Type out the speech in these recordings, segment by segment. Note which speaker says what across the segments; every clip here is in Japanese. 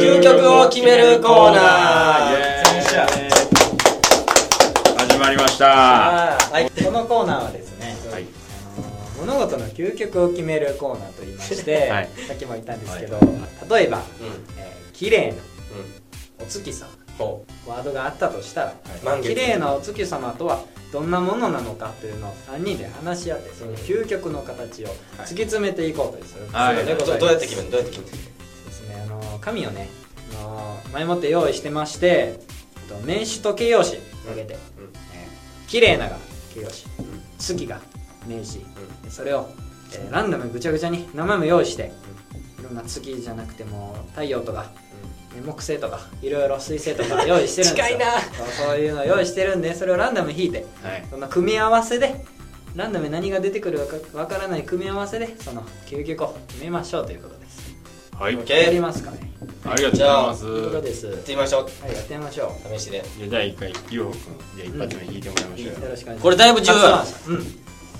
Speaker 1: を決めるコーナー
Speaker 2: 始まりました
Speaker 1: はい
Speaker 3: このコーナーはですね、
Speaker 2: はい
Speaker 3: あの物事の究極を決めるコーナーと言いまして、
Speaker 2: はい
Speaker 3: さっきも言ったんですけど、
Speaker 2: はい
Speaker 3: 例えば、
Speaker 1: うん
Speaker 3: えー綺麗な
Speaker 1: う
Speaker 3: お月さん
Speaker 1: んほ
Speaker 3: ワードがあったとしたら、
Speaker 1: う満月
Speaker 3: 綺麗なお月様とはどんなものなのかというのを3人で話し合ってその究極の形を突き詰めていこうというそういうコーナ
Speaker 2: は
Speaker 3: ー
Speaker 2: い
Speaker 3: でございます、
Speaker 1: どどうやって決めるどうやって決める
Speaker 3: そうですねあの紙をねあの前もって用意してましてえっと名詞と形容詞を挙げて
Speaker 1: うんうん
Speaker 3: えー綺麗なが形容詞
Speaker 1: ん
Speaker 3: 月が名詞でそれを、えーランダムぐちゃぐちゃに生む用意していろんな月じゃなくても太陽とかえー木星とかいろいろ水星と か用意してるんですよ
Speaker 1: 近いな
Speaker 3: そうそういうの用意してるんでそれをランダム引いて
Speaker 2: はい
Speaker 3: その組み合わせでランダムに何が出てくるかわからない組み合わせでその究極を決めましょうということです
Speaker 2: はい
Speaker 1: オッケー
Speaker 3: やりますかね
Speaker 2: ありがとうございます
Speaker 3: ということです。は
Speaker 1: やってみましょ
Speaker 3: い、やってみましょ
Speaker 1: う試しで
Speaker 2: じゃあ第1回ゆうほくんじゃあ一発目引いてもらいま
Speaker 3: う。
Speaker 2: し
Speaker 3: よ
Speaker 2: ょうよ
Speaker 3: ろしくお願いします。
Speaker 1: これだいぶ重要や
Speaker 3: 初回うん。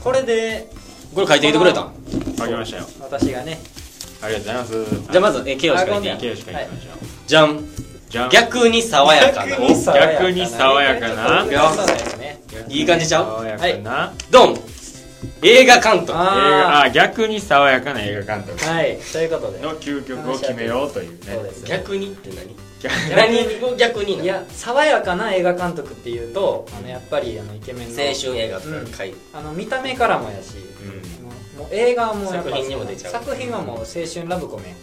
Speaker 3: これで
Speaker 1: これ書いてきてくれたん
Speaker 2: 書きましたよ
Speaker 3: 私がね、
Speaker 2: ありがとうございます
Speaker 1: じゃあまずえー形容詞書いて
Speaker 3: あ
Speaker 1: いい
Speaker 3: ごめん
Speaker 2: 形容詞書きましょう
Speaker 1: じゃん
Speaker 2: じゃん
Speaker 1: 逆に爽やかな
Speaker 3: 逆に爽やかな
Speaker 2: 逆に爽やかな
Speaker 3: そうだよね。
Speaker 1: いい感じちゃう
Speaker 2: 爽やかな
Speaker 1: ドン映画監督
Speaker 2: 映
Speaker 3: あ
Speaker 2: 画あ逆に爽やかな映画監
Speaker 3: あ。
Speaker 2: 督
Speaker 3: はい。ということで。
Speaker 2: の究極を決めようというね
Speaker 3: そうです。
Speaker 1: 逆にって何
Speaker 2: 逆
Speaker 1: 何を逆にない
Speaker 3: や爽やかな映画監督っていうと、あのやっぱりあのイケメンの
Speaker 1: 青春映画とか書い
Speaker 3: あの見た目からもやし、
Speaker 2: う
Speaker 3: あのもう映画もやっぱ
Speaker 1: 作品にも出ちゃう
Speaker 3: 作品はもう青春ラブコメ、
Speaker 2: ん
Speaker 3: も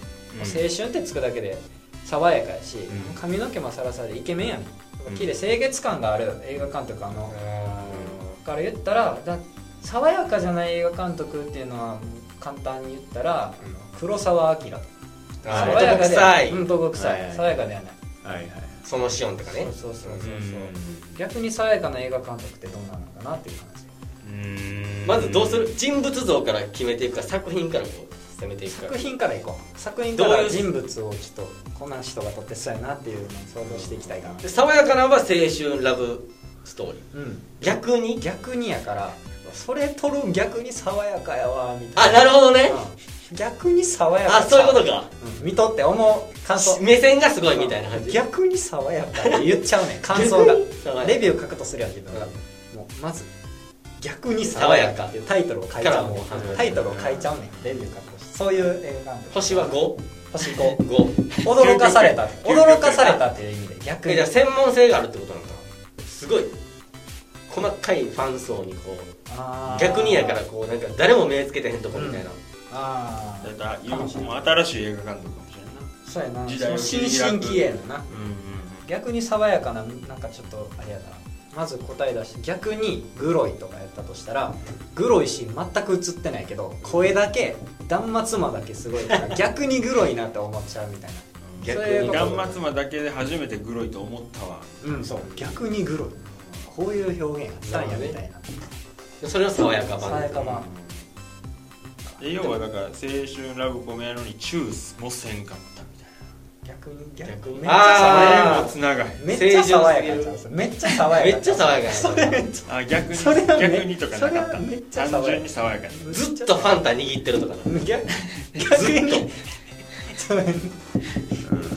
Speaker 3: う青春ってつくだけで爽やかやし、
Speaker 2: うん
Speaker 3: 髪の毛もサラサラでイケメンやね、
Speaker 2: うん
Speaker 3: ん、綺麗清潔感がある映画監督あの、
Speaker 1: う
Speaker 3: から言ったらだ爽やかじゃない映画監督っていうのは簡単に言ったら、
Speaker 2: うん
Speaker 3: 黒澤明
Speaker 1: あ
Speaker 3: 爽やかで
Speaker 1: 臭い
Speaker 3: うん男臭い、
Speaker 2: はい
Speaker 3: 爽やかではない
Speaker 2: はいはい
Speaker 1: そのシオンとかね
Speaker 3: そうそうそうそう、
Speaker 2: う
Speaker 3: 逆に爽やかな映画監督ってどうなのかなっていう話
Speaker 2: ん
Speaker 1: まずどうする人物像から決めていくか作品からこう攻めていくか
Speaker 3: 作品からいこう作品から
Speaker 1: どういう
Speaker 3: 人物をちょっとこんな人が撮ってそうやなっていうのを想像していきたいかな
Speaker 1: で爽やかなのは青春ラブストーリー
Speaker 3: うん
Speaker 1: 逆に
Speaker 3: 逆にやからそれ撮るん逆に爽やかやわみた
Speaker 1: あ
Speaker 3: いな
Speaker 1: なるほどね
Speaker 3: うん逆に爽やか
Speaker 1: あそういうこと
Speaker 3: と
Speaker 1: か
Speaker 3: 見とって思う感想
Speaker 1: 目線がすごいみたいな感じ
Speaker 3: 逆に爽やかって言っちゃうねん感想が
Speaker 1: 爽
Speaker 3: レ
Speaker 1: や
Speaker 3: ビュー書くとするやん自分が、
Speaker 1: うん
Speaker 3: もうまず逆に爽やかっていうタイトルを変えちゃうね
Speaker 1: からもうん
Speaker 3: タイトルを変えちゃうねんレビュー書くとしてそういう映画なんだ
Speaker 1: 星は 5?
Speaker 3: 星5
Speaker 1: 5
Speaker 3: 驚かされ た
Speaker 2: 究極
Speaker 3: 驚かされたっていう意味で逆に
Speaker 1: じゃあ専門性があるってことなのかなすごい細かいファン層にこう
Speaker 3: あー
Speaker 1: 逆にやからこうなんか誰も目つけてへんとこみたいな、
Speaker 3: あ
Speaker 2: だ
Speaker 3: あ
Speaker 2: からゆうほくんも新しい映画監督かもしれないな
Speaker 3: そうやな
Speaker 2: 時代を切
Speaker 3: 新
Speaker 2: り開く
Speaker 3: 進気鋭のな
Speaker 2: うん
Speaker 3: 逆に爽やかななんかちょっとあれやなまず答え出して逆にグロいとかやったとしたらグロいし全く映ってないけど声だけ断末魔だけすごい から逆にグロいなって思っちゃうみたいな
Speaker 1: 逆
Speaker 3: そういう
Speaker 1: に
Speaker 3: こ
Speaker 2: 断
Speaker 3: と
Speaker 2: 末魔だけで初めてグロいと思ったわ
Speaker 3: うんそう逆にグロいこういう表現やったんやみたいな
Speaker 1: それは爽やか版
Speaker 3: 爽やか版
Speaker 2: で要はだから青春ラブコメやのにチュースもせんかったみたい
Speaker 3: 逆に
Speaker 1: 逆
Speaker 3: 逆
Speaker 1: に
Speaker 3: にめっちゃ
Speaker 2: な
Speaker 1: あ
Speaker 2: それ
Speaker 1: ー
Speaker 2: もつながり
Speaker 3: めっちゃ爽やかちゃうそれめっちゃ爽やか
Speaker 1: めっちゃ爽や
Speaker 3: そ
Speaker 1: か
Speaker 3: れ
Speaker 1: や
Speaker 3: め
Speaker 1: な
Speaker 3: っち
Speaker 2: あ逆に
Speaker 3: それはめ
Speaker 2: 逆にとかなか
Speaker 3: それはめっ
Speaker 2: っ
Speaker 3: ちゃ
Speaker 2: た
Speaker 3: 爽
Speaker 2: 単
Speaker 3: やか
Speaker 2: 純に爽やかに
Speaker 3: ゃ
Speaker 1: ずっとファンタ握ってるとかな
Speaker 3: 逆
Speaker 1: ずっと
Speaker 3: にそれ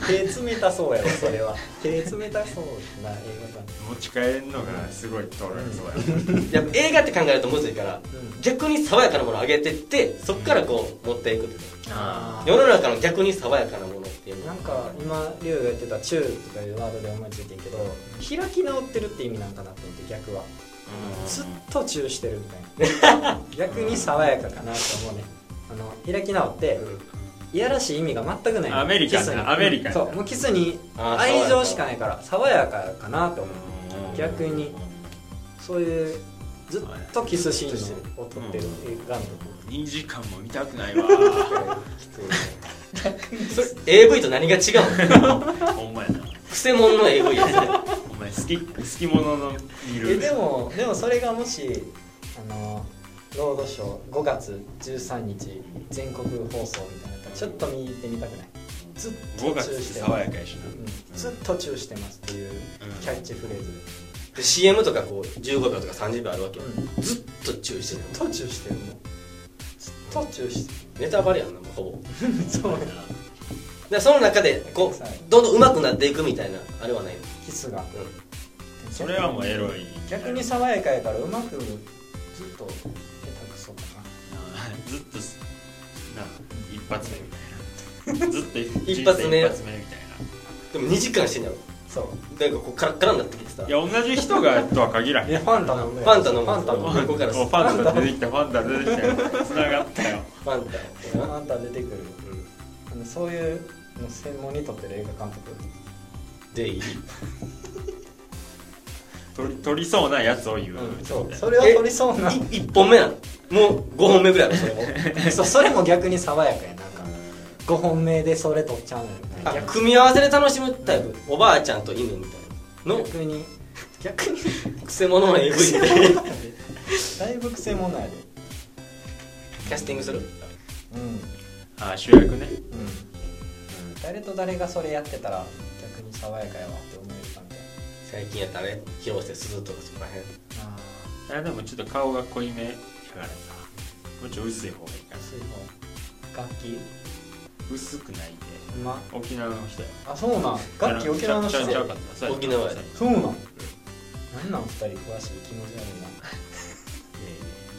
Speaker 3: 手冷たそうやろそれは手冷たそうな映画館
Speaker 2: 持ち帰るのがすごい取られそうやな
Speaker 1: やっぱ映画って考えるとむずいから、
Speaker 3: うん
Speaker 1: 逆に爽やかなものを上げてってそっからこう持っていくって
Speaker 3: あ
Speaker 1: 世の中の逆に爽やかなものっていうの
Speaker 3: なんか今龍が言ってた「チュー」とかいうワードで思いついてんけど開き直ってるって意味なんかなと思って逆はずっとチューしてるみたいな逆に爽やかかなと思うねあの開き直って
Speaker 1: うん
Speaker 3: いやらしい意味が全くない
Speaker 2: アメリカンな
Speaker 3: キスに
Speaker 2: アメリカンな
Speaker 3: そうもうキスに
Speaker 1: あー
Speaker 3: 愛情しかないから爽やかかなと思う
Speaker 2: うん
Speaker 3: 逆にそういうずっとキスシーンを撮ってる映画監
Speaker 2: 2時間も見たくないわ
Speaker 1: きついね それ AV と何が違うの
Speaker 2: ほんまやな
Speaker 1: クセモンの AV やつ
Speaker 2: お前好き好き者のい
Speaker 3: 督え
Speaker 2: る
Speaker 3: でもでもそれがもしあのロードショー5月13日全国放送みたいなのやったらちょっと見に行ってみたくないずっ
Speaker 2: 5
Speaker 3: と
Speaker 2: 月
Speaker 3: チュー
Speaker 2: って
Speaker 3: して
Speaker 2: 爽やかやしな
Speaker 3: うんずっとチューしてますっていうキャッチフレーズで
Speaker 1: で CM とかこう15秒とか30秒あるわけよ、ずっと注意してる
Speaker 3: ずっとチューしてるもんずっとチューしてる
Speaker 1: ネタバレやんなもうほぼ
Speaker 3: そうや
Speaker 1: でその中でこ
Speaker 3: はいう
Speaker 1: どんどん上手くなっていくみたいなあれはないの、
Speaker 3: キスが
Speaker 1: う
Speaker 2: それはもうエロい
Speaker 3: 逆に爽やかやからうまくずっと下手くそか
Speaker 2: なずっとすな一発目みたいなずっと
Speaker 1: 一発目、
Speaker 2: 人生一発目みたいなん
Speaker 1: でも2時間してんやろ
Speaker 3: なそう
Speaker 1: なんかこうカラッカラになってきてさ
Speaker 2: いや同じ人がとは限らへん
Speaker 3: えファンタ飲む
Speaker 1: ファンタ飲む
Speaker 3: ファンタ飲
Speaker 2: も
Speaker 3: む
Speaker 2: う
Speaker 1: ここから
Speaker 2: ファンタ出てきたファンタ出てきたよつながったよ
Speaker 1: ファンタ
Speaker 3: ファンタ出てくる
Speaker 1: う
Speaker 3: あのそういうの専門にとってる映画監督
Speaker 1: んでいい
Speaker 2: 取り取りそうなやつを言う、
Speaker 3: うんそうそれは取りそうな
Speaker 1: 1本目なのもう5本目ぐらいあるそれも
Speaker 3: そうそれも逆に爽やかやなんか5本目でそれ取っちゃうのよ
Speaker 1: あ
Speaker 3: 逆
Speaker 1: 組み合わせで楽しむタイプおばあちゃんと犬みたいなの
Speaker 3: 逆に逆に
Speaker 1: くせ者の AV で
Speaker 3: だいぶ癖もないで
Speaker 1: キャスティングする
Speaker 3: うんうん
Speaker 2: あ主役ね、
Speaker 3: 誰と誰がそれやってたら逆に爽やかやわって思えるかみたい
Speaker 1: 最近やったらね広瀬すずとかそこらへん
Speaker 3: なあ
Speaker 2: いやでもちょっと顔が濃いめやからさもうちょい薄い方がいいか
Speaker 3: あ
Speaker 2: な
Speaker 3: そういうの楽器
Speaker 2: 薄くないで
Speaker 3: うま
Speaker 2: 沖縄の人や
Speaker 3: あそうなん楽器沖縄の人
Speaker 2: ちゃうちゃうかったそうや
Speaker 1: 沖縄やで
Speaker 3: そうなんなんなん二人詳しい気持ち悪いな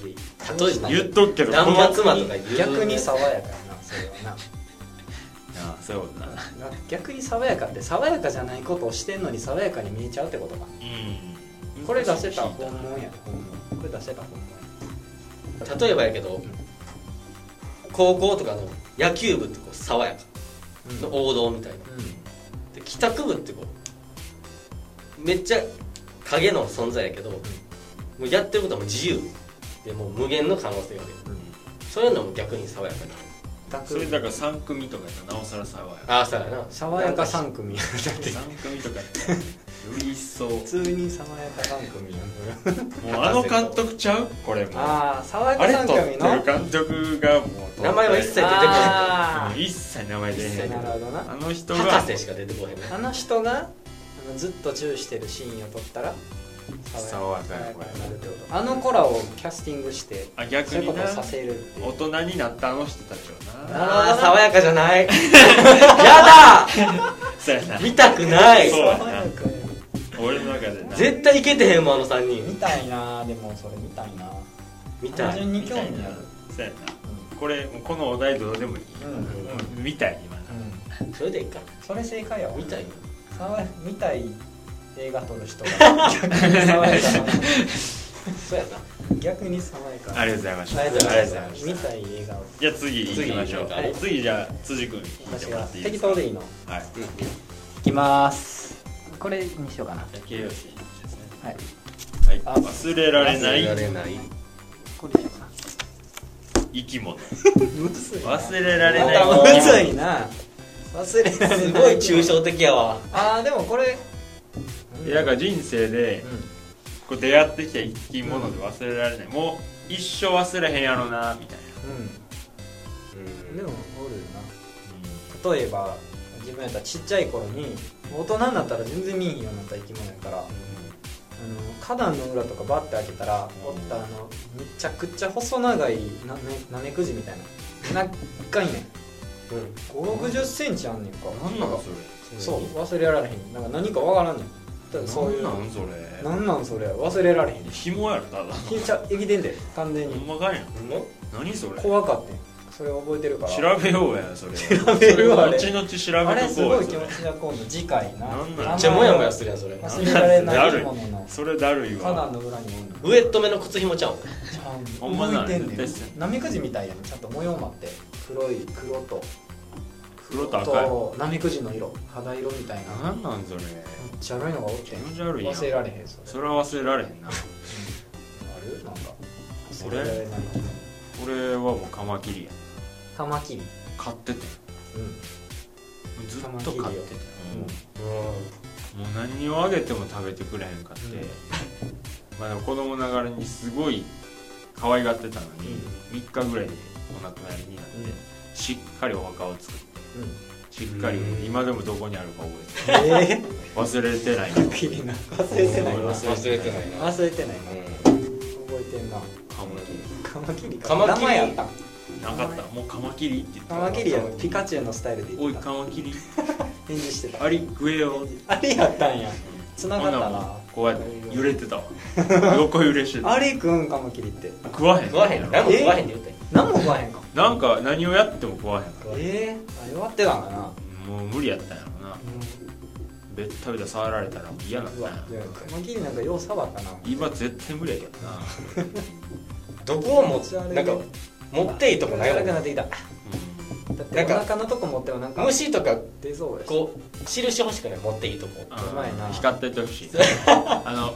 Speaker 3: い
Speaker 1: やいや例えば
Speaker 2: 言っとくけど
Speaker 1: 断
Speaker 2: この
Speaker 1: 末魔とか言う
Speaker 3: 逆に爽やかやなそれは
Speaker 2: ああそういうことだな
Speaker 3: なな逆に爽やかって爽やかじゃないことをしてんのに爽やかに見えちゃうってことか
Speaker 2: うん
Speaker 3: これ出せたら本物や本物これ出せたら本物や
Speaker 1: 例えばやけど高校とかの野球部ってこう爽やか
Speaker 3: うん
Speaker 1: の王道みたいな
Speaker 3: う
Speaker 1: で帰宅部ってこうめっちゃ影の存在やけど、もうやってることはもう自由でもう無限の可能性がある
Speaker 3: んうん
Speaker 1: そういうのも逆に爽やかになる
Speaker 3: 全く
Speaker 2: それだから3組とかやったらなおさら爽やか
Speaker 1: ああそうやな
Speaker 3: 爽やか3組やだって
Speaker 2: 3組とかやったらより一層もう
Speaker 3: 普通に爽やか3組やん
Speaker 2: あの監督ちゃうこれもあ
Speaker 3: ああ爽やか
Speaker 2: れ
Speaker 3: 3
Speaker 2: 撮って
Speaker 3: 組
Speaker 2: る
Speaker 3: の
Speaker 2: 監督がもう
Speaker 1: 名前は一切出てこな
Speaker 3: あ
Speaker 2: うん一切名前出てへん
Speaker 3: ー
Speaker 2: け
Speaker 3: なる
Speaker 2: ど
Speaker 3: ほどな
Speaker 2: あの人
Speaker 1: い
Speaker 2: が
Speaker 1: 博士しか出てこへんね
Speaker 3: あの人があのずっとチューしてるシーンを撮ったら
Speaker 2: 爽やかや
Speaker 3: 爽になるってことあの子らをキャスティングして
Speaker 2: あ
Speaker 3: そ
Speaker 2: 逆
Speaker 3: ういうこ
Speaker 2: に
Speaker 3: とを
Speaker 2: な
Speaker 3: させるっていう
Speaker 2: 大人になったあの人たちをな
Speaker 3: なるほど
Speaker 1: あ
Speaker 3: な
Speaker 1: あ爽やかじゃないやだ
Speaker 2: そうやな
Speaker 1: 見たくない
Speaker 2: そう
Speaker 3: 爽やかや
Speaker 2: 俺の中でな
Speaker 1: 絶対いけてへんもんあの3
Speaker 3: 見
Speaker 1: 人
Speaker 3: たいなでもそれ見たいな
Speaker 1: 見た
Speaker 3: 単
Speaker 1: い
Speaker 3: 純に興味ある
Speaker 2: そうやなこれもうこのお題どうでもいい、
Speaker 3: うんうんうん
Speaker 2: うん、みたい今な
Speaker 1: それでいいか
Speaker 3: それ正解やわ
Speaker 1: 見たい
Speaker 3: 爽や見たい映画撮る人が逆に爽やかな
Speaker 1: そうやな
Speaker 3: 逆に爽やか
Speaker 2: ありがとうございました
Speaker 1: ありがとうございました
Speaker 2: ありがとうございました
Speaker 3: 見たい映画を
Speaker 2: じゃあ次行きましょう次,、
Speaker 1: 次行きましょう
Speaker 2: じゃあ辻君聞いて
Speaker 3: 私
Speaker 2: もら
Speaker 3: が
Speaker 2: っていい
Speaker 3: 適
Speaker 2: ですか
Speaker 3: 当でいいの
Speaker 2: はい
Speaker 3: いきますこれにしようかな
Speaker 2: じゃあ形容詞ですね
Speaker 3: はい
Speaker 2: はい
Speaker 3: あ
Speaker 2: 忘れられな
Speaker 1: 忘
Speaker 2: い
Speaker 1: れられない
Speaker 3: これにしようかな
Speaker 2: 生き物
Speaker 3: むずいな
Speaker 2: 忘れられない
Speaker 3: またむずいな忘れられない
Speaker 1: すごい抽象的やわ
Speaker 3: ああでもこれ
Speaker 2: いやだから人生でこう出会ってきた生き物で忘れられない、もう一生忘れへんやろなみたいな、
Speaker 3: うんでもおるな例えば自分やったらちっちゃい頃に大人になったら全然見えへんようになった生き物やからあの花壇の裏とかバッて開けたらおったあのめちゃくちゃ細長いなめなめくじみたいななっかいねん
Speaker 1: うん
Speaker 3: 5 6 0センチあんねんか
Speaker 2: なんなんそれ
Speaker 3: そう忘れられへんなんか何かわからんねんだからそういう
Speaker 2: なんなんそ
Speaker 3: な
Speaker 2: れ
Speaker 3: んなんそれ忘れられへん
Speaker 2: 紐やろただ
Speaker 3: 消えちゃう生きてんで完全
Speaker 2: ほん
Speaker 3: に
Speaker 2: まかいな
Speaker 1: ほんま
Speaker 2: 何それ
Speaker 3: 怖かってんそれ覚えてるから
Speaker 2: 調べようやそれ
Speaker 3: 調べるわあ
Speaker 2: それ後
Speaker 3: れ
Speaker 2: 々調べとこうや
Speaker 3: あれすごい
Speaker 2: そ
Speaker 3: 気持ちが今度次回な
Speaker 2: なんなん
Speaker 1: めっちゃモヤモヤす
Speaker 3: る
Speaker 1: るやんそれ
Speaker 3: 忘れられない生き物の
Speaker 2: それだるい
Speaker 3: 花
Speaker 2: わ
Speaker 3: 壇の裏におんの
Speaker 1: ウエット目の靴ひもちゃうん
Speaker 3: ちゃんと
Speaker 2: ほんまな
Speaker 3: 動いてんね
Speaker 2: 絶対して
Speaker 3: んなめくじみたいやんちゃんと模様もあって黒い黒と
Speaker 2: 黒と赤い
Speaker 3: なめくじの色肌色みたいなめ
Speaker 2: な
Speaker 3: っ
Speaker 2: んなんそれ
Speaker 3: ちゃ悪いのがおって
Speaker 2: 気
Speaker 3: ん
Speaker 2: 持ち悪いやん
Speaker 3: 忘れられへんそれ
Speaker 2: それは忘れられへんな
Speaker 3: あるなんか
Speaker 2: そ
Speaker 3: 忘
Speaker 2: れ
Speaker 3: れられない
Speaker 2: 俺はもうカマキリや
Speaker 3: カマキリ
Speaker 2: 買ってて
Speaker 3: う
Speaker 2: ずっと買ってて
Speaker 3: ん、うん、
Speaker 2: もう何をあげても食べてくれへんかって、
Speaker 3: うん
Speaker 2: まあでも子供ながらにすごい可愛がってたのに、3
Speaker 3: う
Speaker 2: 日ぐらいでお亡くなりになって、
Speaker 3: うん
Speaker 2: しっかりお墓を作って
Speaker 3: うん
Speaker 2: しっかり
Speaker 1: うん
Speaker 2: 今でもどこにあるか覚
Speaker 3: ええ
Speaker 2: えてる忘れてない
Speaker 3: ー、忘れてないな
Speaker 1: 忘れてないな
Speaker 3: 忘れてないな覚え覚えてんな
Speaker 2: カマキリ
Speaker 3: カマキリ
Speaker 1: カマキリ
Speaker 3: 名前あったん
Speaker 2: なかったもうカマキリって言って
Speaker 3: カ
Speaker 2: た
Speaker 3: マキリやピカチュウのスタイルで
Speaker 2: お
Speaker 3: 言っ
Speaker 2: い
Speaker 3: て
Speaker 2: カ
Speaker 3: た
Speaker 2: マキリ
Speaker 3: 返事してた
Speaker 2: あり食えよ
Speaker 3: あれやったんやつながっ
Speaker 2: ほ
Speaker 3: た
Speaker 2: んなら
Speaker 3: な
Speaker 2: もうこうやって揺れてたわ横揺れしてた
Speaker 3: あれ食うんカマキリって
Speaker 2: 食わへん
Speaker 1: 食わへんの何も食わへんって言ったよ
Speaker 3: 何も食わへんか
Speaker 2: なんか何をやっても食わへんか
Speaker 3: えー、あ弱ってたんかな
Speaker 2: らもう無理やったんやろなべったべた触られたら嫌なん
Speaker 3: うわ
Speaker 2: だ
Speaker 3: いやカマキリなんかようさばかな
Speaker 2: 今絶対無理やけど な、
Speaker 1: どこをもなんか持っていいとこないも
Speaker 3: 暗
Speaker 1: ん
Speaker 3: くなってきただって
Speaker 1: なん
Speaker 3: お
Speaker 1: か
Speaker 3: 腹のとこ持ってもなんか
Speaker 1: 虫とか
Speaker 3: 出そうやし
Speaker 1: こう印欲しくない持っていいとこ
Speaker 2: うん
Speaker 3: うまいな
Speaker 2: 光っててほ しいあ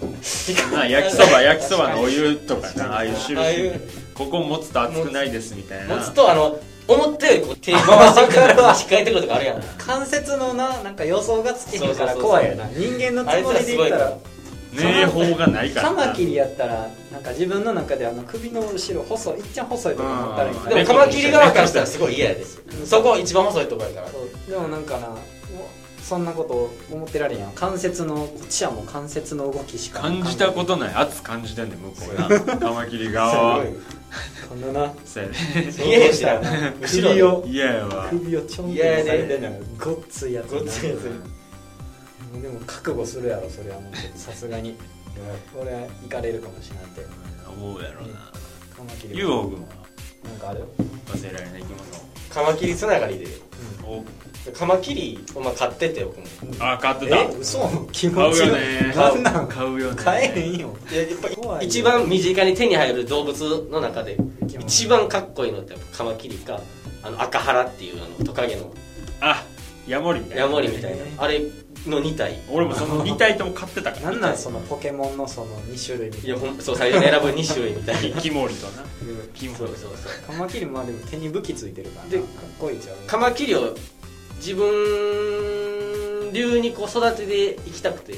Speaker 2: のな焼きそば焼きそばのお湯とかなああいう
Speaker 1: ああ
Speaker 2: 印
Speaker 1: いう
Speaker 2: ここ持つと熱くないですみたいな
Speaker 1: 持つとあの思ったよりこう手回してくれる控えてくるとかあるやん
Speaker 3: 関節のななんか予想がつきへんから
Speaker 1: そうそうそうそう
Speaker 3: 怖いよな人間の
Speaker 1: あ
Speaker 3: つ
Speaker 1: いつ
Speaker 3: も
Speaker 1: ら
Speaker 3: りです言
Speaker 1: ご
Speaker 3: っ
Speaker 1: い
Speaker 3: た
Speaker 1: からら
Speaker 2: 名法がないから
Speaker 3: カ
Speaker 2: な
Speaker 3: マキリやったらなんか自分の中であの首の後ろ細いいっちゃん細いとこ持ったらいいか
Speaker 2: うん
Speaker 3: な
Speaker 1: でもカマキリ側からしたらすごい嫌やですそこ一番細いとこやから
Speaker 3: そうでもなんかなもうそんなこと思ってられんやん関節のこっちはもう関節の動きしか
Speaker 2: 感じたことない圧感じてんねん向こう なカマキリ側は
Speaker 3: とこんなな
Speaker 2: そうやね
Speaker 1: すごい嫌やしな後
Speaker 3: 首
Speaker 1: ろ
Speaker 3: を
Speaker 2: 嫌やわ
Speaker 3: 首をちょん
Speaker 1: 嫌や
Speaker 3: と
Speaker 1: で
Speaker 3: されてんのよごっついやつな
Speaker 1: ごっついやつ
Speaker 3: でも覚悟するやろそれはもうさすがに俺は行かれるかもしれないって
Speaker 2: 思うやろな
Speaker 3: カマキリ
Speaker 2: ユウオ君は
Speaker 3: なんかあるよ
Speaker 2: 忘れられない生き
Speaker 1: カマキリつながりで
Speaker 2: 物を
Speaker 1: カマキリをまあ買ってて僕も
Speaker 2: あ買ってた
Speaker 1: え
Speaker 3: 嘘気持
Speaker 2: 買う
Speaker 3: ち
Speaker 2: よ
Speaker 3: よ
Speaker 2: ね
Speaker 3: なんなん
Speaker 2: 買うよね
Speaker 3: 買えへんよ
Speaker 1: いややっぱり
Speaker 3: 怖いよ
Speaker 1: 一番身近に手に入る動物の中で一番かっこいいのってやっぱカマキリかあの赤原っていうあのトカゲの
Speaker 2: あヤモリみたいな
Speaker 1: ヤモリみたいなあれの2体
Speaker 2: 俺もその2体とも買ってたから
Speaker 3: なんなんそのポケモンのその2種類みた
Speaker 1: い
Speaker 3: いな
Speaker 1: やほんそう最初に選ぶ2種類みたいな
Speaker 2: キモリとなキモ
Speaker 1: そう
Speaker 2: リ
Speaker 1: そう
Speaker 3: カ
Speaker 1: そう
Speaker 3: マキリまあでも手に武器ついてるからな
Speaker 1: で
Speaker 3: かっこいいじゃん
Speaker 1: カマキリを自分流にこう育てていきたくて
Speaker 3: と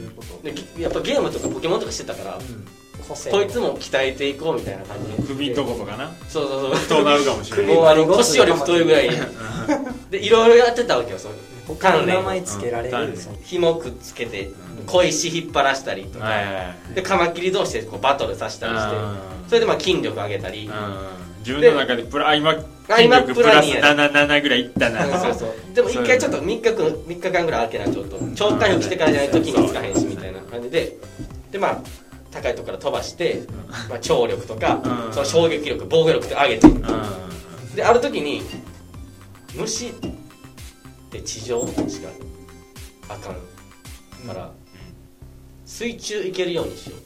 Speaker 3: いうこと
Speaker 1: でぎやっぱゲームとかポケモンとかしてたから、
Speaker 3: うん個性
Speaker 1: こいつも鍛えていこうみたいな感じで、
Speaker 2: うん首んとことかな
Speaker 1: そうそうそ
Speaker 2: となるかもしれ
Speaker 1: う
Speaker 2: ない
Speaker 1: もうあの腰より太いぐ らいでいろいろやってたわけよその
Speaker 3: 他の
Speaker 1: 関連
Speaker 3: 名前つけられ
Speaker 2: うん鍛
Speaker 3: る
Speaker 2: 錬
Speaker 3: その
Speaker 1: 紐くっつけて
Speaker 2: うん
Speaker 1: 小石引っ張らしたりとか、
Speaker 2: はいはいはい
Speaker 1: でカマキリ同士でこうバトルさせたりして
Speaker 2: うん
Speaker 1: それでまあ筋力上げたり
Speaker 2: うん自分の中でプラ今筋
Speaker 1: 今
Speaker 2: 力プラス
Speaker 1: プラ
Speaker 2: 77ぐらいいったな
Speaker 1: そう そうそうでも一回ちょっと3日く3日間ぐらい空けなちょっと超回復してからじゃないと筋肉つかへんしみたいな感じででまあ高いところから飛ばして、まあ、張力とか、
Speaker 2: うん
Speaker 1: その衝撃力防御力って上げて
Speaker 2: うん
Speaker 1: である時に虫って地上しかあかんから、水中行けるようにしよ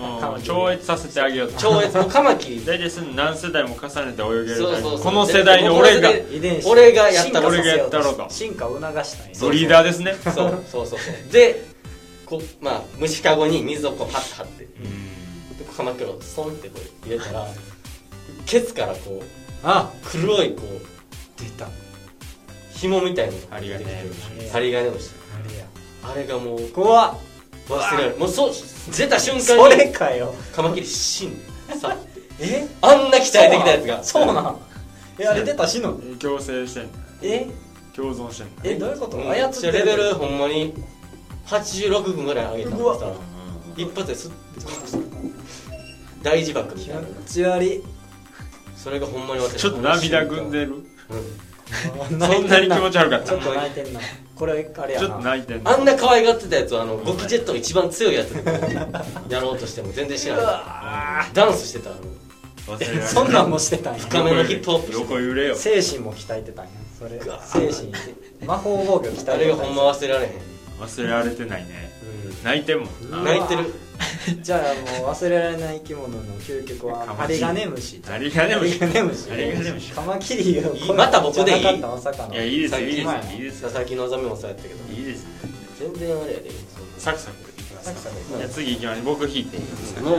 Speaker 1: う
Speaker 2: うん超越させてあげようと
Speaker 1: 超越もうカマキリ
Speaker 2: 大体その何世代も重ねて泳げる
Speaker 1: そう
Speaker 2: から
Speaker 1: そうそう
Speaker 2: この世代の俺が
Speaker 1: で
Speaker 3: 遺伝子
Speaker 1: 俺がやった
Speaker 2: ら俺がやったろうと
Speaker 3: 進化を促したんや
Speaker 2: ブリーダーですね
Speaker 1: そうそうそうそうでこうまあ虫かごに水をこうパッと張ってでカマキリをソンってこう入れたらケツからこう
Speaker 3: あ
Speaker 1: 黒いこう
Speaker 3: 出たあ
Speaker 1: 紐みたいなの
Speaker 2: ありが
Speaker 1: 出
Speaker 2: ね
Speaker 1: てき
Speaker 3: え
Speaker 1: て針金虫
Speaker 3: れや
Speaker 1: あれがもう
Speaker 3: 怖っ
Speaker 1: 忘れられないもうそう出た瞬
Speaker 3: そ
Speaker 1: 間
Speaker 3: れ
Speaker 1: に
Speaker 3: かよ
Speaker 1: カマキリ死んさ
Speaker 3: え
Speaker 1: あんな鍛えてきたやつが
Speaker 3: そうなん えあれ出た死の
Speaker 2: え共生してんの
Speaker 3: え
Speaker 2: 共存してんの
Speaker 3: えどういうこと
Speaker 1: ん
Speaker 3: 操ってる
Speaker 1: レベルほんまに86分ぐらい上げたの
Speaker 3: う
Speaker 1: さ
Speaker 3: わ
Speaker 2: うん
Speaker 1: 一発ですっ大自爆み
Speaker 3: 気
Speaker 1: たいな
Speaker 3: 持ち悪 い
Speaker 1: それがほんまに忘れられない
Speaker 2: ちょっと涙ぐんでる
Speaker 1: うん
Speaker 2: そんなに気持ち悪かっ
Speaker 3: ち
Speaker 2: た
Speaker 3: ょっと泣いてんなこれあれや
Speaker 2: ちょっと
Speaker 3: な
Speaker 2: 泣いてんの
Speaker 1: あんな可愛がってたやつはあのゴキジェットの一番強いやつでやろうとしても全然知ら
Speaker 3: う
Speaker 1: な
Speaker 3: わ
Speaker 1: いダンスしてたあの
Speaker 2: 忘れられない
Speaker 3: そんなんもしてたんや
Speaker 1: 深めのヒップホップ
Speaker 2: 横揺れよ
Speaker 3: 精神も鍛えてたんやそれ
Speaker 1: うわ
Speaker 3: 精神魔法防御鍛えてた
Speaker 1: あれがほんま
Speaker 3: や
Speaker 1: 忘れられへん、
Speaker 2: 忘れられてないね泣いてんもん
Speaker 1: うん
Speaker 2: な
Speaker 1: 泣いてる
Speaker 3: じゃあもう忘れられない生き物の究極は
Speaker 2: カマ
Speaker 3: ハ
Speaker 2: キ
Speaker 3: リ
Speaker 2: リ
Speaker 3: ガネムシ
Speaker 2: ハリガネムシ
Speaker 3: ハリガネムシ
Speaker 2: ハリガネムシ
Speaker 3: カマキリを
Speaker 1: いいまた僕でいい
Speaker 3: じゃなかったまさかの
Speaker 2: いやいいですよいいですよ
Speaker 3: 最
Speaker 2: い
Speaker 3: 近
Speaker 2: いです
Speaker 1: 佐
Speaker 2: よ
Speaker 1: 々木希もそうやったけど
Speaker 2: いいですね
Speaker 1: 全然あれやで
Speaker 2: サクサクいきますか
Speaker 3: サクサク
Speaker 2: じゃあ次いきます僕引いていいですか
Speaker 1: も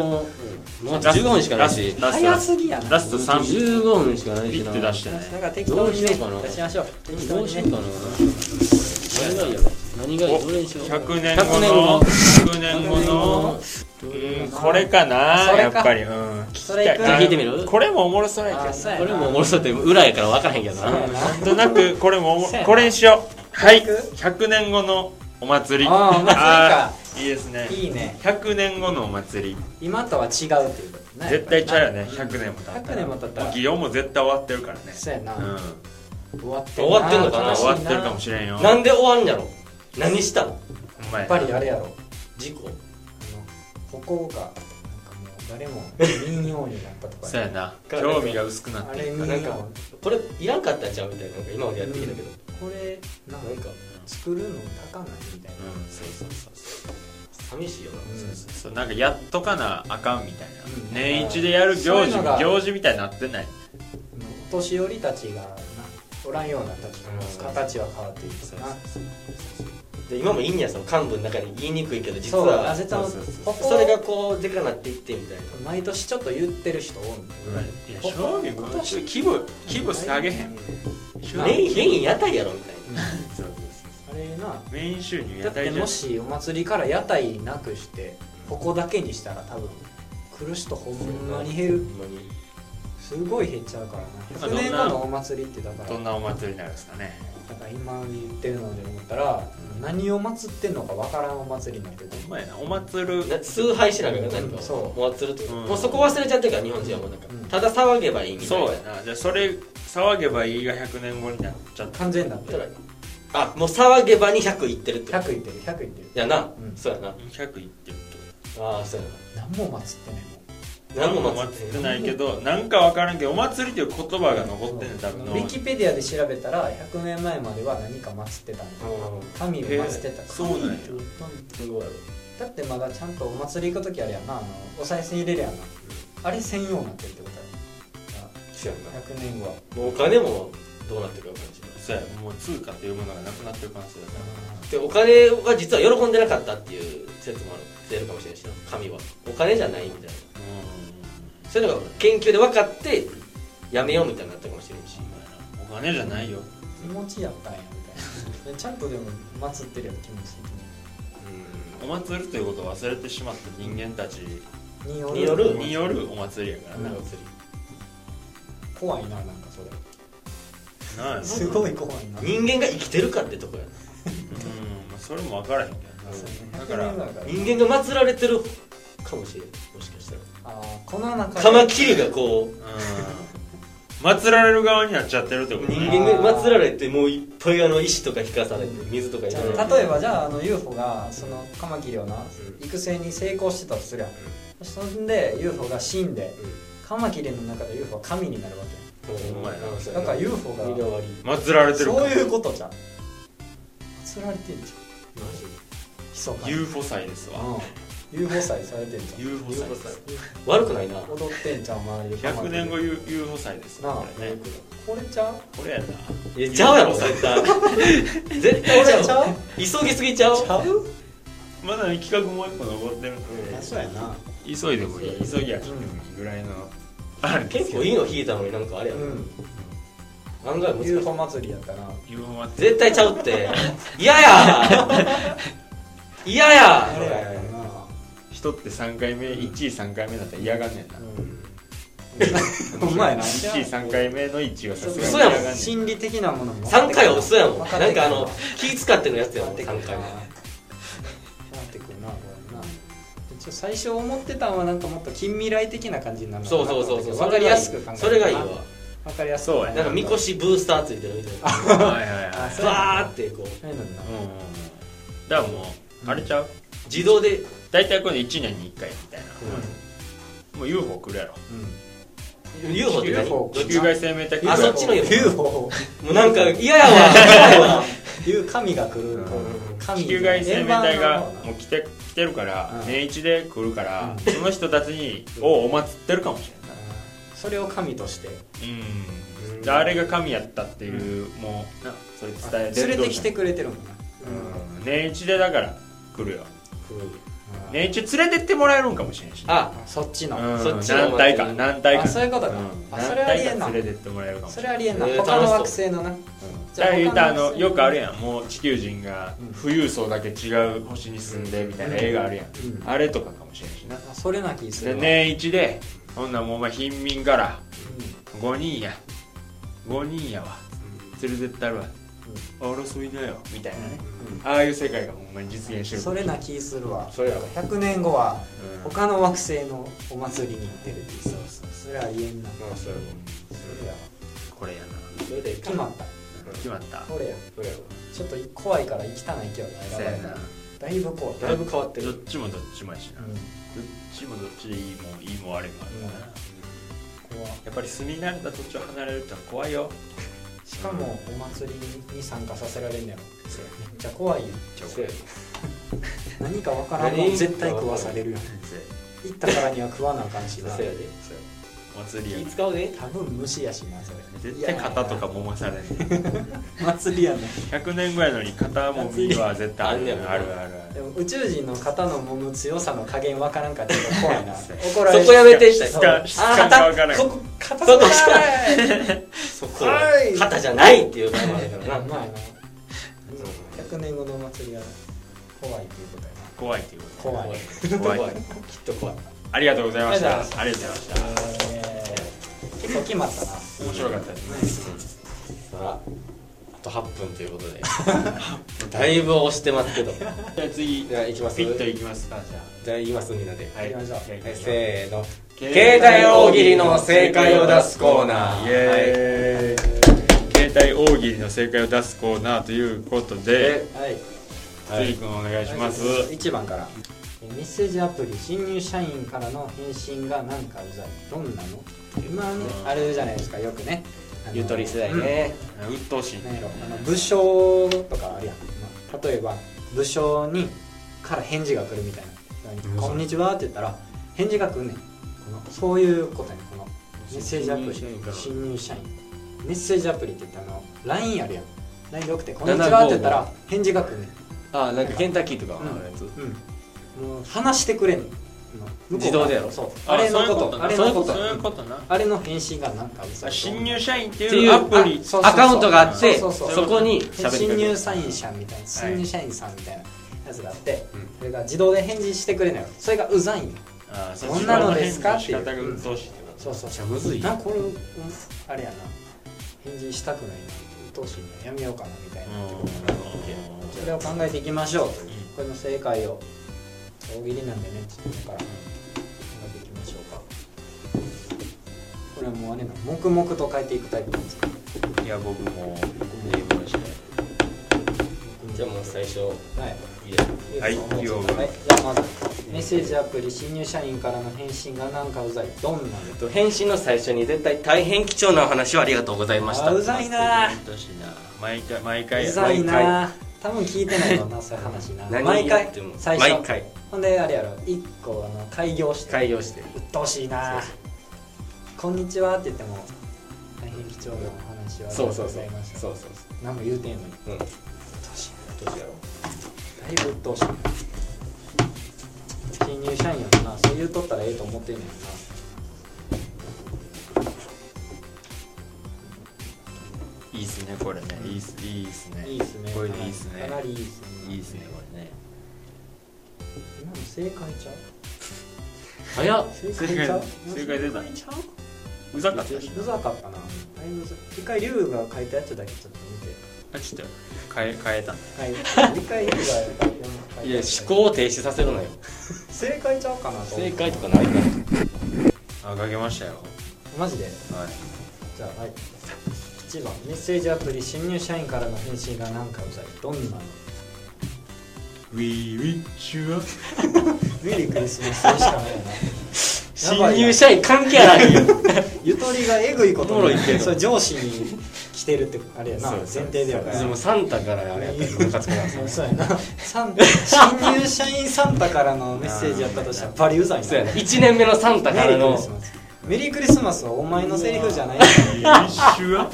Speaker 1: う、もう15分しかないし
Speaker 2: ラスト
Speaker 3: 早すぎやな
Speaker 2: ラスト3
Speaker 1: 15分しかない
Speaker 2: ピ
Speaker 1: し
Speaker 2: ッ
Speaker 1: な
Speaker 2: て出してね
Speaker 3: だから適当にね
Speaker 1: どうしようかな
Speaker 3: 出しましょう適当
Speaker 1: どう
Speaker 3: に
Speaker 1: しよ
Speaker 3: ね
Speaker 1: うかな何がいいやろ何がいいどれにしよう
Speaker 2: 100年後の100年後のうんこれかな
Speaker 3: それ
Speaker 2: やっ
Speaker 3: か
Speaker 2: ぱりうん
Speaker 3: それいく
Speaker 1: じゃあ聞いてみる
Speaker 2: これもおもろそうやけ
Speaker 3: あ
Speaker 2: ど
Speaker 3: そうや
Speaker 1: こ
Speaker 3: な
Speaker 1: れもおもろそうって裏やから分からへんけど
Speaker 3: そうや
Speaker 1: な
Speaker 2: なんとなくこれもおも
Speaker 3: そうやな
Speaker 2: これにしようはい
Speaker 3: これいく
Speaker 2: 100年後のお祭り
Speaker 3: あーお祭りか
Speaker 2: あーいいですね
Speaker 3: いいね
Speaker 2: 100年後のお祭り
Speaker 3: 今とは違うっていうことね
Speaker 2: 絶対ちゃうよ
Speaker 3: や
Speaker 2: ね
Speaker 3: っぱり
Speaker 2: 100
Speaker 3: な
Speaker 2: 年も経った
Speaker 3: 100年も経ったら
Speaker 2: もう祇園も絶対終わってるからね
Speaker 3: そうやな、
Speaker 2: うん
Speaker 3: 終わって
Speaker 1: 終わってんのかな
Speaker 3: 悲しい
Speaker 2: 終わってるかもしれんよ
Speaker 1: なんで終わんやろ何したの
Speaker 2: お前
Speaker 3: やっぱりあれやろあの
Speaker 1: 事故
Speaker 3: 歩行がなんかもう誰も民謡になったとか
Speaker 2: そうやな興味が薄くなっ
Speaker 3: あ
Speaker 2: て
Speaker 3: れ
Speaker 2: い
Speaker 3: 民
Speaker 2: く
Speaker 1: なん
Speaker 3: 謡
Speaker 1: かこれいらんかったんちゃうみたいななんか今までやってきたけど、
Speaker 3: これなん
Speaker 1: なん
Speaker 3: か
Speaker 1: か
Speaker 3: 作るの高ないみたいな、
Speaker 2: うんそうそうそうそ
Speaker 1: 寂しいよな、
Speaker 3: うん
Speaker 2: うそうそうなんかやっとかなあかんみたいな
Speaker 3: うん
Speaker 2: 年一でやる行
Speaker 3: そういう
Speaker 2: 事
Speaker 3: のが
Speaker 2: 行事みたいになってない
Speaker 3: お年寄りたちがなおらんようになった時の
Speaker 1: うん
Speaker 3: 形は変わっていく
Speaker 2: そう
Speaker 3: な、
Speaker 1: で今もいいんやその幹部の中に言いにくいけど実
Speaker 3: そうあ
Speaker 1: は
Speaker 3: 絶対
Speaker 2: そうそう
Speaker 3: ここ
Speaker 1: それがこうでかなっていってみたいな
Speaker 3: 毎年ちょっと言ってる人多いんだよね
Speaker 2: いや正味今年規模規模下げへん
Speaker 3: まあ
Speaker 1: メインメイン屋台やろみたいな
Speaker 2: そうそうそう
Speaker 3: あれな
Speaker 2: メイン収入
Speaker 3: だ
Speaker 2: や
Speaker 3: っ
Speaker 2: 大
Speaker 3: て
Speaker 2: 事
Speaker 3: もしお祭りから屋台なくしてここだけにしたら多分来る人ほんまに減る
Speaker 1: ほんまに
Speaker 3: すごい減っちゃうから
Speaker 2: まあ
Speaker 3: な100年後のお祭りってだから
Speaker 2: どんなお祭りになるんですかね
Speaker 3: だから今言ってるので思ったら何を祭ってんのかわからんお祭りになってくる
Speaker 2: ほんまやなお祭る
Speaker 1: な崇拝しながら何か
Speaker 3: そう
Speaker 1: もうつると、
Speaker 2: うん
Speaker 1: もうそこ忘れちゃってるから日本人はもうなんか、
Speaker 3: うん
Speaker 1: ただ騒げばいいみたいな
Speaker 2: そうやなじゃあそれ騒げばいいが100年後になっちゃった
Speaker 3: 完全だって
Speaker 1: だからあもう騒げばに100いってるってこと
Speaker 3: 100いってる100いってる
Speaker 1: やな、
Speaker 3: うん
Speaker 1: そうやな
Speaker 2: 100いってるって
Speaker 1: ああそうや
Speaker 3: 何も祭ってないもん
Speaker 1: な何
Speaker 2: 何
Speaker 1: も
Speaker 2: も祭
Speaker 1: 待って
Speaker 2: っ
Speaker 1: る
Speaker 2: てないけどなんか分からんけどお祭りという言葉が残ってんねん多分
Speaker 3: ウィキペディアで調べたら100年前までは何か祭ってたんだ神を
Speaker 2: へえ
Speaker 3: 祀ってた
Speaker 2: そうなんや
Speaker 3: 神ってこと
Speaker 1: すごい
Speaker 3: だってまだちゃんとお祭り行く時あれやんなあのお賽銭入れるやんなあれ専用になってるってことや
Speaker 1: そうやんな
Speaker 3: な100年後は
Speaker 1: もうお金もどうなってるか分かんないし
Speaker 2: そうやもう通貨というものがなくなってる可能性だな
Speaker 1: でお金が実は喜んでなかったっていう説もある出るかもしれないしな神はお金じゃないみたいな
Speaker 2: う
Speaker 1: そういうのが研究で分かってやめようみたいになったかもしれないし
Speaker 2: んお金じゃないよ
Speaker 3: 気持ちやったんやみたいなちゃんとでも祭ってるやん気持ち
Speaker 2: お祭りということを忘れてしまった人間たち
Speaker 3: 的にに
Speaker 1: による
Speaker 2: によるお祭りやから
Speaker 1: うん
Speaker 2: な
Speaker 1: お祭
Speaker 3: 怖いななんかそれ
Speaker 2: なんやろ
Speaker 3: すごい怖いな
Speaker 1: り人間が生きてるかってとこや
Speaker 2: うんまあそれも分からへんけどなだから
Speaker 3: 100年前から
Speaker 1: 人間が祀られてるかもしれないもしかしたら
Speaker 3: あーこの中で
Speaker 1: カマキリがこう
Speaker 2: うん祀られる側になっちゃってるってこと
Speaker 1: 人
Speaker 2: ね
Speaker 1: 間が祀られてもういっぱいあの石とか引かされて水とか入
Speaker 3: じ
Speaker 1: れ
Speaker 3: ゃ
Speaker 1: られて
Speaker 3: あ例えばじゃああの UFO がそのカマキリをな育成に成功してたとするやんそんで UFO が死んでカマキリの中で UFO は神になるわけ
Speaker 1: うん
Speaker 2: お前な
Speaker 1: そう
Speaker 3: やんだ
Speaker 1: や
Speaker 3: から UFO が
Speaker 1: 身代わり
Speaker 2: 祀られてる
Speaker 3: そういうことじゃん釣られてんじゃん
Speaker 1: マジ
Speaker 3: ひそかに
Speaker 2: UFO 祭ですわ
Speaker 3: うん UFO 祭されてんじゃん
Speaker 2: UFO 祭
Speaker 1: 悪くないな
Speaker 3: 踊ってんじゃん周りで
Speaker 2: 100年後 U- UFO 祭です
Speaker 3: なあ
Speaker 2: わこれね
Speaker 3: これちゃう
Speaker 2: これやない
Speaker 1: やちゃうやろ絶対
Speaker 3: これ
Speaker 1: 絶対ちゃう
Speaker 3: ちゃう
Speaker 1: 急ぎすぎちゃう
Speaker 3: ちゃう
Speaker 2: まだ企画もう一個残ってる
Speaker 3: あそうやな
Speaker 2: 急いでもいい急ぎやきでもいいぐらいのあれ
Speaker 1: 結構いいの引いたのになんかあれやな
Speaker 3: う
Speaker 1: 案外
Speaker 3: ん
Speaker 1: 難しい
Speaker 3: UFO 祭りやったな
Speaker 2: UFO 祭
Speaker 1: 絶対ちゃうって嫌や嫌や
Speaker 3: あれやよな
Speaker 2: り人って3回目1位3回目だったら嫌がんねんな
Speaker 3: うんうまいな
Speaker 2: 1位3回目の1位はさすがに
Speaker 1: 嘘やもん
Speaker 2: 嫌がんねん
Speaker 3: 心理的なものも
Speaker 1: 3回は嘘やもん
Speaker 3: 分
Speaker 1: な
Speaker 3: かっ
Speaker 1: ん
Speaker 3: てくる
Speaker 1: かあの気使ってのやつや
Speaker 3: な
Speaker 1: も
Speaker 3: っ
Speaker 1: ん
Speaker 3: て
Speaker 1: 3
Speaker 3: くるな
Speaker 1: 回
Speaker 3: なってくるなこれな一応最初思ってたのはなんかもっと近未来的な感じになるの
Speaker 1: そう
Speaker 3: かな
Speaker 1: そうそうそう
Speaker 3: 分かりやすく考え
Speaker 1: それがいいわ
Speaker 3: 分かりやすく
Speaker 2: そうや
Speaker 1: なんかみこしブースターついてるみたいな
Speaker 2: はいはい
Speaker 3: あ
Speaker 2: はい
Speaker 3: そうや
Speaker 1: バーってこう
Speaker 3: そういうのにな
Speaker 2: うんうんうんだからもうあれちゃう
Speaker 1: 自動で
Speaker 2: 大体これ1年に1回みたいなもう UFO 来るやろ
Speaker 1: うん UFO って何
Speaker 3: UFO
Speaker 1: どっ
Speaker 2: 地
Speaker 1: ち
Speaker 2: 球
Speaker 1: も
Speaker 2: 外生命体
Speaker 1: あそっちの
Speaker 3: UFO
Speaker 1: うなんか嫌やわ
Speaker 3: いう神が来る
Speaker 2: うん
Speaker 3: 神
Speaker 2: 地球外生命体が
Speaker 3: 円盤の
Speaker 2: もう来て来てるから、
Speaker 3: うん
Speaker 2: 年一で来るから、
Speaker 3: う
Speaker 2: その人たちにをお祭ってるかもしれない
Speaker 3: それを神として
Speaker 2: うん、であれが神やったっていう、もうなそれ伝えて
Speaker 3: 連れてきてくれてるもんな
Speaker 2: うん、年一でだから来るよ年一連れてってもらえるんかもしれんし、
Speaker 1: あ
Speaker 3: あそっち
Speaker 2: う
Speaker 3: の
Speaker 2: ん、
Speaker 1: そっちの
Speaker 2: 何
Speaker 1: お祭り
Speaker 2: 体か何体か
Speaker 3: あそういうことか
Speaker 2: ん
Speaker 3: あそれありえんな
Speaker 2: 何体か連れてってもらえるかもし
Speaker 3: そ
Speaker 2: れ
Speaker 3: れ
Speaker 2: ない
Speaker 3: ありえんな
Speaker 1: えー
Speaker 3: 他の惑
Speaker 1: 楽しそ
Speaker 3: 星のな
Speaker 2: だから言うたらあ
Speaker 3: じゃ
Speaker 2: の
Speaker 3: あ他の惑星
Speaker 2: よくあるやんもう地球人が
Speaker 3: うん
Speaker 2: 富裕層だけ違う星に住んでみたいな映画あるやん、
Speaker 3: うん
Speaker 2: あれとかかもしれんしな
Speaker 3: あそれな気す
Speaker 2: で
Speaker 3: るわ
Speaker 2: 年一でほんならもうお前貧民から
Speaker 3: うん
Speaker 2: 5人や5人やわ連れてったるわ争いだよみたいなね、
Speaker 3: うん
Speaker 2: ああいう世界がほんまに実現してる
Speaker 3: それな気するわ
Speaker 2: それやろ
Speaker 3: 100年後は
Speaker 2: うん
Speaker 3: 他の惑星のお祭りに行ってるっていう
Speaker 2: そうそう
Speaker 3: それは言えんな
Speaker 1: まあそうやろ
Speaker 3: それやわ
Speaker 2: これやな
Speaker 1: それで
Speaker 3: 決まった
Speaker 2: 決まった
Speaker 3: これや
Speaker 1: それやろ
Speaker 3: ちょっと怖いからきたないけどな
Speaker 2: そうやな
Speaker 3: だいぶ怖い
Speaker 1: だいぶ変わって
Speaker 2: ど
Speaker 1: る
Speaker 2: っちもどっちもやしな、どっ
Speaker 3: う
Speaker 2: ちもどっちでいいもんいいも悪いもあるからな、
Speaker 3: うんん怖い
Speaker 2: やっぱり住み慣れた土地を離れるってのは怖いよ
Speaker 3: しかもお祭りに参加させられんねやろめっちゃ怖いよ
Speaker 2: ち
Speaker 1: そうやろ
Speaker 3: 何かわからんも
Speaker 1: 何
Speaker 3: ん絶対食わされるよ行ったからには食わなあかんしな
Speaker 1: そうやでそう
Speaker 2: お祭り
Speaker 1: や
Speaker 2: や
Speaker 1: で気使うで
Speaker 3: 多分虫やしなそれ
Speaker 2: 絶対肩とかもまされん
Speaker 3: 祭りやね
Speaker 2: 100年ぐらいのに肩もみは絶対ある
Speaker 1: あんねん
Speaker 2: あるあるあ
Speaker 3: で
Speaker 2: る
Speaker 3: も宇宙人の肩の揉む強さの加減わからんからちょっと怖いな
Speaker 2: そう
Speaker 3: 怒られる
Speaker 1: そこやめて
Speaker 2: 質感質感が
Speaker 3: あ
Speaker 2: 分からん
Speaker 3: 肩ここ肩
Speaker 1: そこ
Speaker 3: しか
Speaker 1: そこ
Speaker 3: はい
Speaker 1: 肩じゃないっていう場合もあるか
Speaker 3: ま
Speaker 1: ら
Speaker 3: あ
Speaker 1: な
Speaker 3: まあ100年後のお祭りは怖いっていうことやな
Speaker 2: 怖いっていうこ
Speaker 3: 怖い
Speaker 2: と
Speaker 1: 怖い
Speaker 2: 怖い
Speaker 1: きっと怖い
Speaker 2: ありがとうございました
Speaker 3: ありがとうございました
Speaker 2: ありがとうございまし
Speaker 3: えー結構決まったな
Speaker 2: た面白かったですね
Speaker 1: さああと8分ということでだいぶ押してますけどじ
Speaker 2: じゃあ次
Speaker 1: ゃあいきます
Speaker 2: ピッといきますかじゃ
Speaker 1: じゃあいきますみんなで
Speaker 2: あ
Speaker 1: は
Speaker 2: はい
Speaker 3: 行きましょう
Speaker 2: じゃあ行き
Speaker 1: い
Speaker 2: ましょう
Speaker 1: せーの
Speaker 2: 携帯大喜利の正解を出すコー
Speaker 1: ナ
Speaker 2: イエーイ携帯大喜利の正解を出すコーナーということで
Speaker 3: はい
Speaker 1: はい
Speaker 2: 辻君お願いします
Speaker 3: 1番からえメッセージアプリ新入社員からの返信がなんかうざいどんなの今ねあれじゃないですかよくねあの
Speaker 1: ゆとり世代ね
Speaker 2: 鬱陶しい
Speaker 3: なんやろあの武将とかあるやん、まあ例えば武将にから返事が来るみたい
Speaker 2: うん
Speaker 3: な「こんにちは」って言ったら返事が来んねんこのそういうことやねんこのメッセージアプリ
Speaker 1: 新入社員から
Speaker 3: 新入社員メッセージアプリって言ったらあの LINE あるやん LINE で送って「こんにちは」って言ったら返事が来んねん
Speaker 1: あなんかケンタッキーとか
Speaker 3: うん
Speaker 1: あのやつ
Speaker 3: うんもう話してくれんねん向こうが
Speaker 1: 自動でやろ
Speaker 3: そうあれ
Speaker 2: そう
Speaker 3: の
Speaker 2: い
Speaker 3: こ
Speaker 2: う
Speaker 3: と
Speaker 2: な
Speaker 3: あれのこと
Speaker 2: そういうことな
Speaker 3: あれの返信がなんかうざい
Speaker 2: 新入社員って
Speaker 1: って
Speaker 2: い
Speaker 1: いうう
Speaker 2: アプリ
Speaker 3: あそう
Speaker 1: アカウントがあって
Speaker 3: そう
Speaker 1: そ
Speaker 3: そうそう
Speaker 1: こに喋って
Speaker 3: 新
Speaker 1: くれ
Speaker 3: 入
Speaker 1: る
Speaker 3: 社員さんみたいな新入社員さんみたいなやつがあって、それが自動で返事してくれないそれがうざいんよ
Speaker 2: あーそう
Speaker 3: こんなのですか
Speaker 2: 仕方が鬱陶しいってこと
Speaker 3: そうそう
Speaker 1: じゃあむずい
Speaker 3: なんかこれ、うんあれやな返事したくないな鬱陶しいなやめようかなみたいなそれを考えていきましょうこれの正解を大喜利なんでねちょっとここから考えていきましょうかこれはもうあれな黙々と変えていくタイプなんですか
Speaker 2: いや僕も英語でした
Speaker 1: じゃあもう最初
Speaker 3: はい
Speaker 1: いいや
Speaker 2: はいいいよ
Speaker 3: はい、じゃあまずメッセージアプリ新入社員からの返信がなんかうざいどんな
Speaker 1: えっと返信の最初に絶対大変貴重なお話をありがとうございました
Speaker 3: あうざいな
Speaker 2: 鬱陶しいな毎回毎
Speaker 3: う
Speaker 2: 回
Speaker 3: ざい
Speaker 2: 毎回
Speaker 3: な多分聞いてないもん なそういう話な
Speaker 1: 何
Speaker 3: 毎回
Speaker 1: 言っても
Speaker 3: 最初
Speaker 1: 毎回
Speaker 3: ほんであれやろ一個あの開業して
Speaker 1: 開業して
Speaker 3: 鬱陶しいな
Speaker 1: そう
Speaker 3: こんにちはって言っても大変貴重なお話をありがと
Speaker 1: そうう
Speaker 3: ご
Speaker 1: そうそ
Speaker 3: ざ
Speaker 1: う
Speaker 3: いました
Speaker 1: そうそう
Speaker 3: 何も言うてんのに
Speaker 1: そううんど
Speaker 3: 鬱陶しいう
Speaker 1: しよう
Speaker 3: だいぶ鬱陶しい新入社員やもんなそう言うとったらええと思ってんねんな
Speaker 2: いいっすねこれねいいっすいいっすね
Speaker 3: いいっすね
Speaker 2: これいいっすね
Speaker 3: かなりいいっすね
Speaker 2: いいっすねこれね
Speaker 3: 今の正解ちゃう
Speaker 1: 早っ
Speaker 3: 正解ちゃう
Speaker 2: 正解出た
Speaker 3: 正解ちゃう
Speaker 2: うざかったし
Speaker 3: うざかったなだいぶうざ一回龍が書いたやつだけちょっと見て
Speaker 2: あちょっと変え変えたんだ
Speaker 3: はい一回龍が書いたやつだけ
Speaker 1: いや思考を停止させるなよ
Speaker 3: 正解ちゃうかなと思う
Speaker 1: 正解とかないから
Speaker 2: あかけましたよ
Speaker 3: マジで
Speaker 2: はい
Speaker 3: じゃあはい1番メッセージアプリ新入社員からの返信がなんかうざいどんなの
Speaker 2: We wish you a
Speaker 3: メリークリスマスでしかないよな
Speaker 1: 新入社員関係ないよ
Speaker 3: ゆとりがえぐいことに
Speaker 1: おもろいけど
Speaker 3: それ上司に来てるってあれやな前提でやから
Speaker 1: でもサンタからあれやったらムカつくな
Speaker 3: そうそうやなサンタ新入社員サンタからのメッセージやったとしたらバリうざいな
Speaker 1: そうやな1年目のサンタか
Speaker 3: メリ
Speaker 1: ら
Speaker 3: ーク
Speaker 1: の
Speaker 3: リスマスメリークリスマスはお前のセリフじゃない
Speaker 2: We wish you a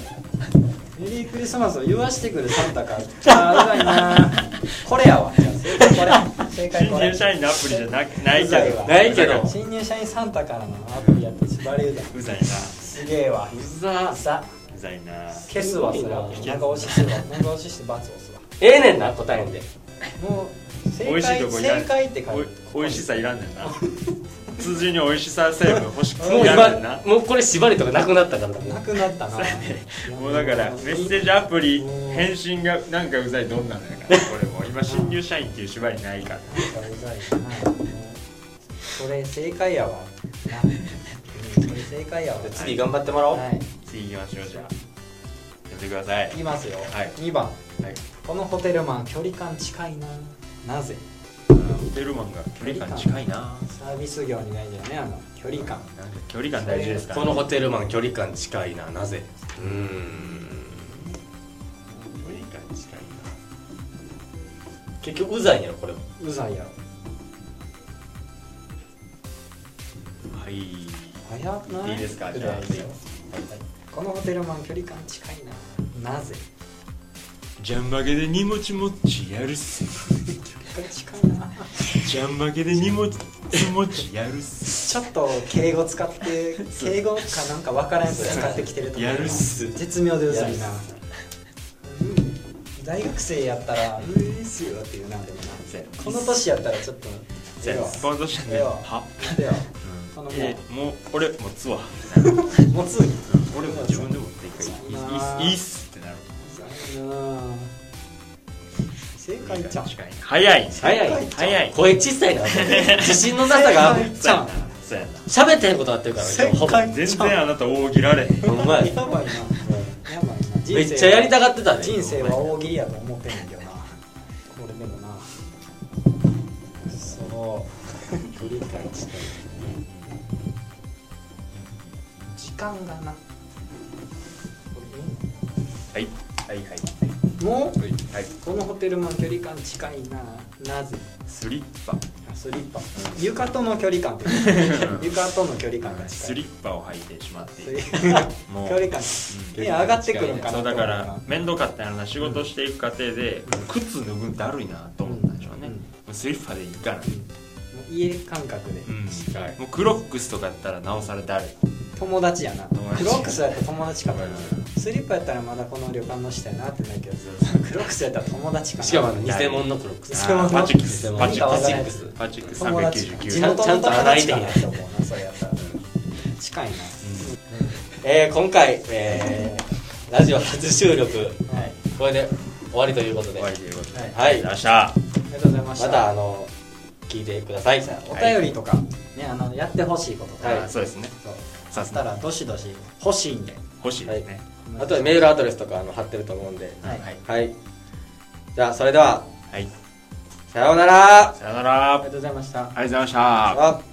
Speaker 3: メリークリスマスを言わしてくるサンタかあーうざいなこれやわじゃあ正解これ正解
Speaker 2: 新
Speaker 3: これ
Speaker 2: 入社員のアプリじゃなくないけど
Speaker 1: ないけど
Speaker 3: 新入社員サンタからのアプリやったしバリうざいう
Speaker 2: ざいな
Speaker 3: すげえわ
Speaker 1: うざ
Speaker 3: さ
Speaker 2: うざいな
Speaker 3: 消すわそれは長押しするわ長押しして罰押すわ
Speaker 1: ええねんな答えんで
Speaker 3: もう
Speaker 2: 美
Speaker 3: 正
Speaker 2: 味しい
Speaker 3: 解
Speaker 2: とこいらん
Speaker 3: 正解って書いて
Speaker 2: おい美味しさいらんねんな辻に美味しさ成分欲しく
Speaker 1: もう
Speaker 2: なるな
Speaker 1: 今もうこれ縛りとかなくなったからだ
Speaker 3: な
Speaker 1: ね
Speaker 3: くなったな
Speaker 2: もうだからメッセージアプリ返信がなんかうざいどんなのやからこれもう今新入社員っていう縛りないから
Speaker 3: なんかうざいなそれ正解やわなうんそれ正解やわ
Speaker 1: 次頑張ってもらおう、
Speaker 3: はい
Speaker 2: 次行きましょうじゃあやってください
Speaker 3: いきますよ、
Speaker 2: はい
Speaker 3: 2番
Speaker 2: はい
Speaker 3: このホテルマン距離感近いななぜ
Speaker 2: あーホテルマンが距離感近いな
Speaker 3: サービス業にないんだよねあの距離感
Speaker 2: なんか距離感大事ですから
Speaker 1: こ
Speaker 2: ね
Speaker 1: のホテルマン距離感近いななぜうーん
Speaker 2: 距離感近いな
Speaker 1: 結局うざいんやろこれも
Speaker 3: うざいやろ
Speaker 2: はい。
Speaker 3: 早くない
Speaker 2: いいですか
Speaker 3: ぐ
Speaker 2: じゃあ
Speaker 3: らいでしょこのホテルマン距離感近いななぜ
Speaker 2: ジャンバゲで荷物持ちやるっす。
Speaker 3: 距離近いな
Speaker 2: ジャンバゲで荷物持ちやるっす。
Speaker 3: ちょっと敬語使 って敬語かなんか分からんやつ使ってきてると思う
Speaker 2: やるっす
Speaker 3: 絶妙でうざい
Speaker 1: や
Speaker 3: な
Speaker 1: るっ
Speaker 3: うん大学生やったら「うーすよ」っていうなでもなこの年やったらちょっと
Speaker 2: せや
Speaker 3: ええわ
Speaker 2: バンドした
Speaker 3: え
Speaker 2: ね。
Speaker 3: えわ
Speaker 2: は。
Speaker 3: ではそのもう
Speaker 2: ええもう俺持つわ。
Speaker 3: もうつい
Speaker 2: 俺も自分で持っていくから。いいいいっすってなる。
Speaker 3: 正解ちゃん
Speaker 2: 近いな。早い。
Speaker 1: 早い
Speaker 2: 早い。
Speaker 1: 声小さいな自信のなさが
Speaker 2: そうやな。そうやな。
Speaker 1: 喋ってへんことあってるから今日ほぼ
Speaker 2: 全然あなた大喜られへん。
Speaker 1: ほんまや
Speaker 3: やばいなやばいな
Speaker 1: めっちゃやりたがってたね
Speaker 3: 人生は大喜利やと思ってんねんけどなこれでもなそう距離感近い時間がな
Speaker 2: はいはいはい
Speaker 3: もう
Speaker 2: はい。
Speaker 3: このホテルマン距離感近いななぜ
Speaker 2: スリッパ。
Speaker 3: あスリッパ床との距離感って いう床との距離感が近
Speaker 2: ス
Speaker 3: い
Speaker 2: リッパを履いてしまってい
Speaker 3: 距
Speaker 2: る。もうう
Speaker 3: 離感
Speaker 2: ん
Speaker 3: 手上がってくるんかな
Speaker 2: そうだから
Speaker 3: と
Speaker 2: 面倒かったやろな仕事していく過程で靴脱ぐんだるいなと思ったんでしょうね、
Speaker 3: うん
Speaker 2: もうスリッパでいいかな、
Speaker 3: 思うもう家感覚で、
Speaker 1: 近い
Speaker 2: もうクロックスとかやったらなおさらだるい
Speaker 3: 友達やな
Speaker 2: 友達
Speaker 3: クロックスやったら友達かもな
Speaker 2: う
Speaker 3: スリッパやったらまだこの旅館の下やなってなるけどクロックスやったら友達かな
Speaker 1: しかもあの偽物のクロックス
Speaker 3: 偽物
Speaker 2: あーパチックス
Speaker 1: 偽物
Speaker 2: パチック
Speaker 1: パ
Speaker 2: ス
Speaker 1: チックス
Speaker 2: パチックス
Speaker 3: 友達か地
Speaker 2: 399
Speaker 1: な
Speaker 2: 円
Speaker 3: 元の友達
Speaker 1: ちゃ
Speaker 3: か
Speaker 1: んと洗
Speaker 3: な
Speaker 1: えてんや
Speaker 3: と思うなそれやったら近いな、
Speaker 1: えー今回えーラジオ初収録
Speaker 3: はい、
Speaker 1: これで終わりということで
Speaker 2: 終わりということで
Speaker 3: はい、あ
Speaker 1: はい
Speaker 2: 明
Speaker 1: ま
Speaker 2: 日
Speaker 3: りがとうございました
Speaker 1: たあの聞いてください
Speaker 3: お便りとか、ねあのやってほしいこととか、
Speaker 1: はい
Speaker 2: あそうですね
Speaker 3: そう
Speaker 2: さ
Speaker 3: し
Speaker 2: す
Speaker 3: た
Speaker 2: が
Speaker 3: らどしどし欲しいんで
Speaker 2: 欲しいですね
Speaker 1: あとはメールアドレスとかあの貼ってると思うんで
Speaker 3: はい
Speaker 2: はい、
Speaker 1: はいじゃあそれでは
Speaker 2: はい
Speaker 1: さようなら
Speaker 2: さよならあ
Speaker 3: ありがとうございました
Speaker 2: りがとうございました
Speaker 1: あ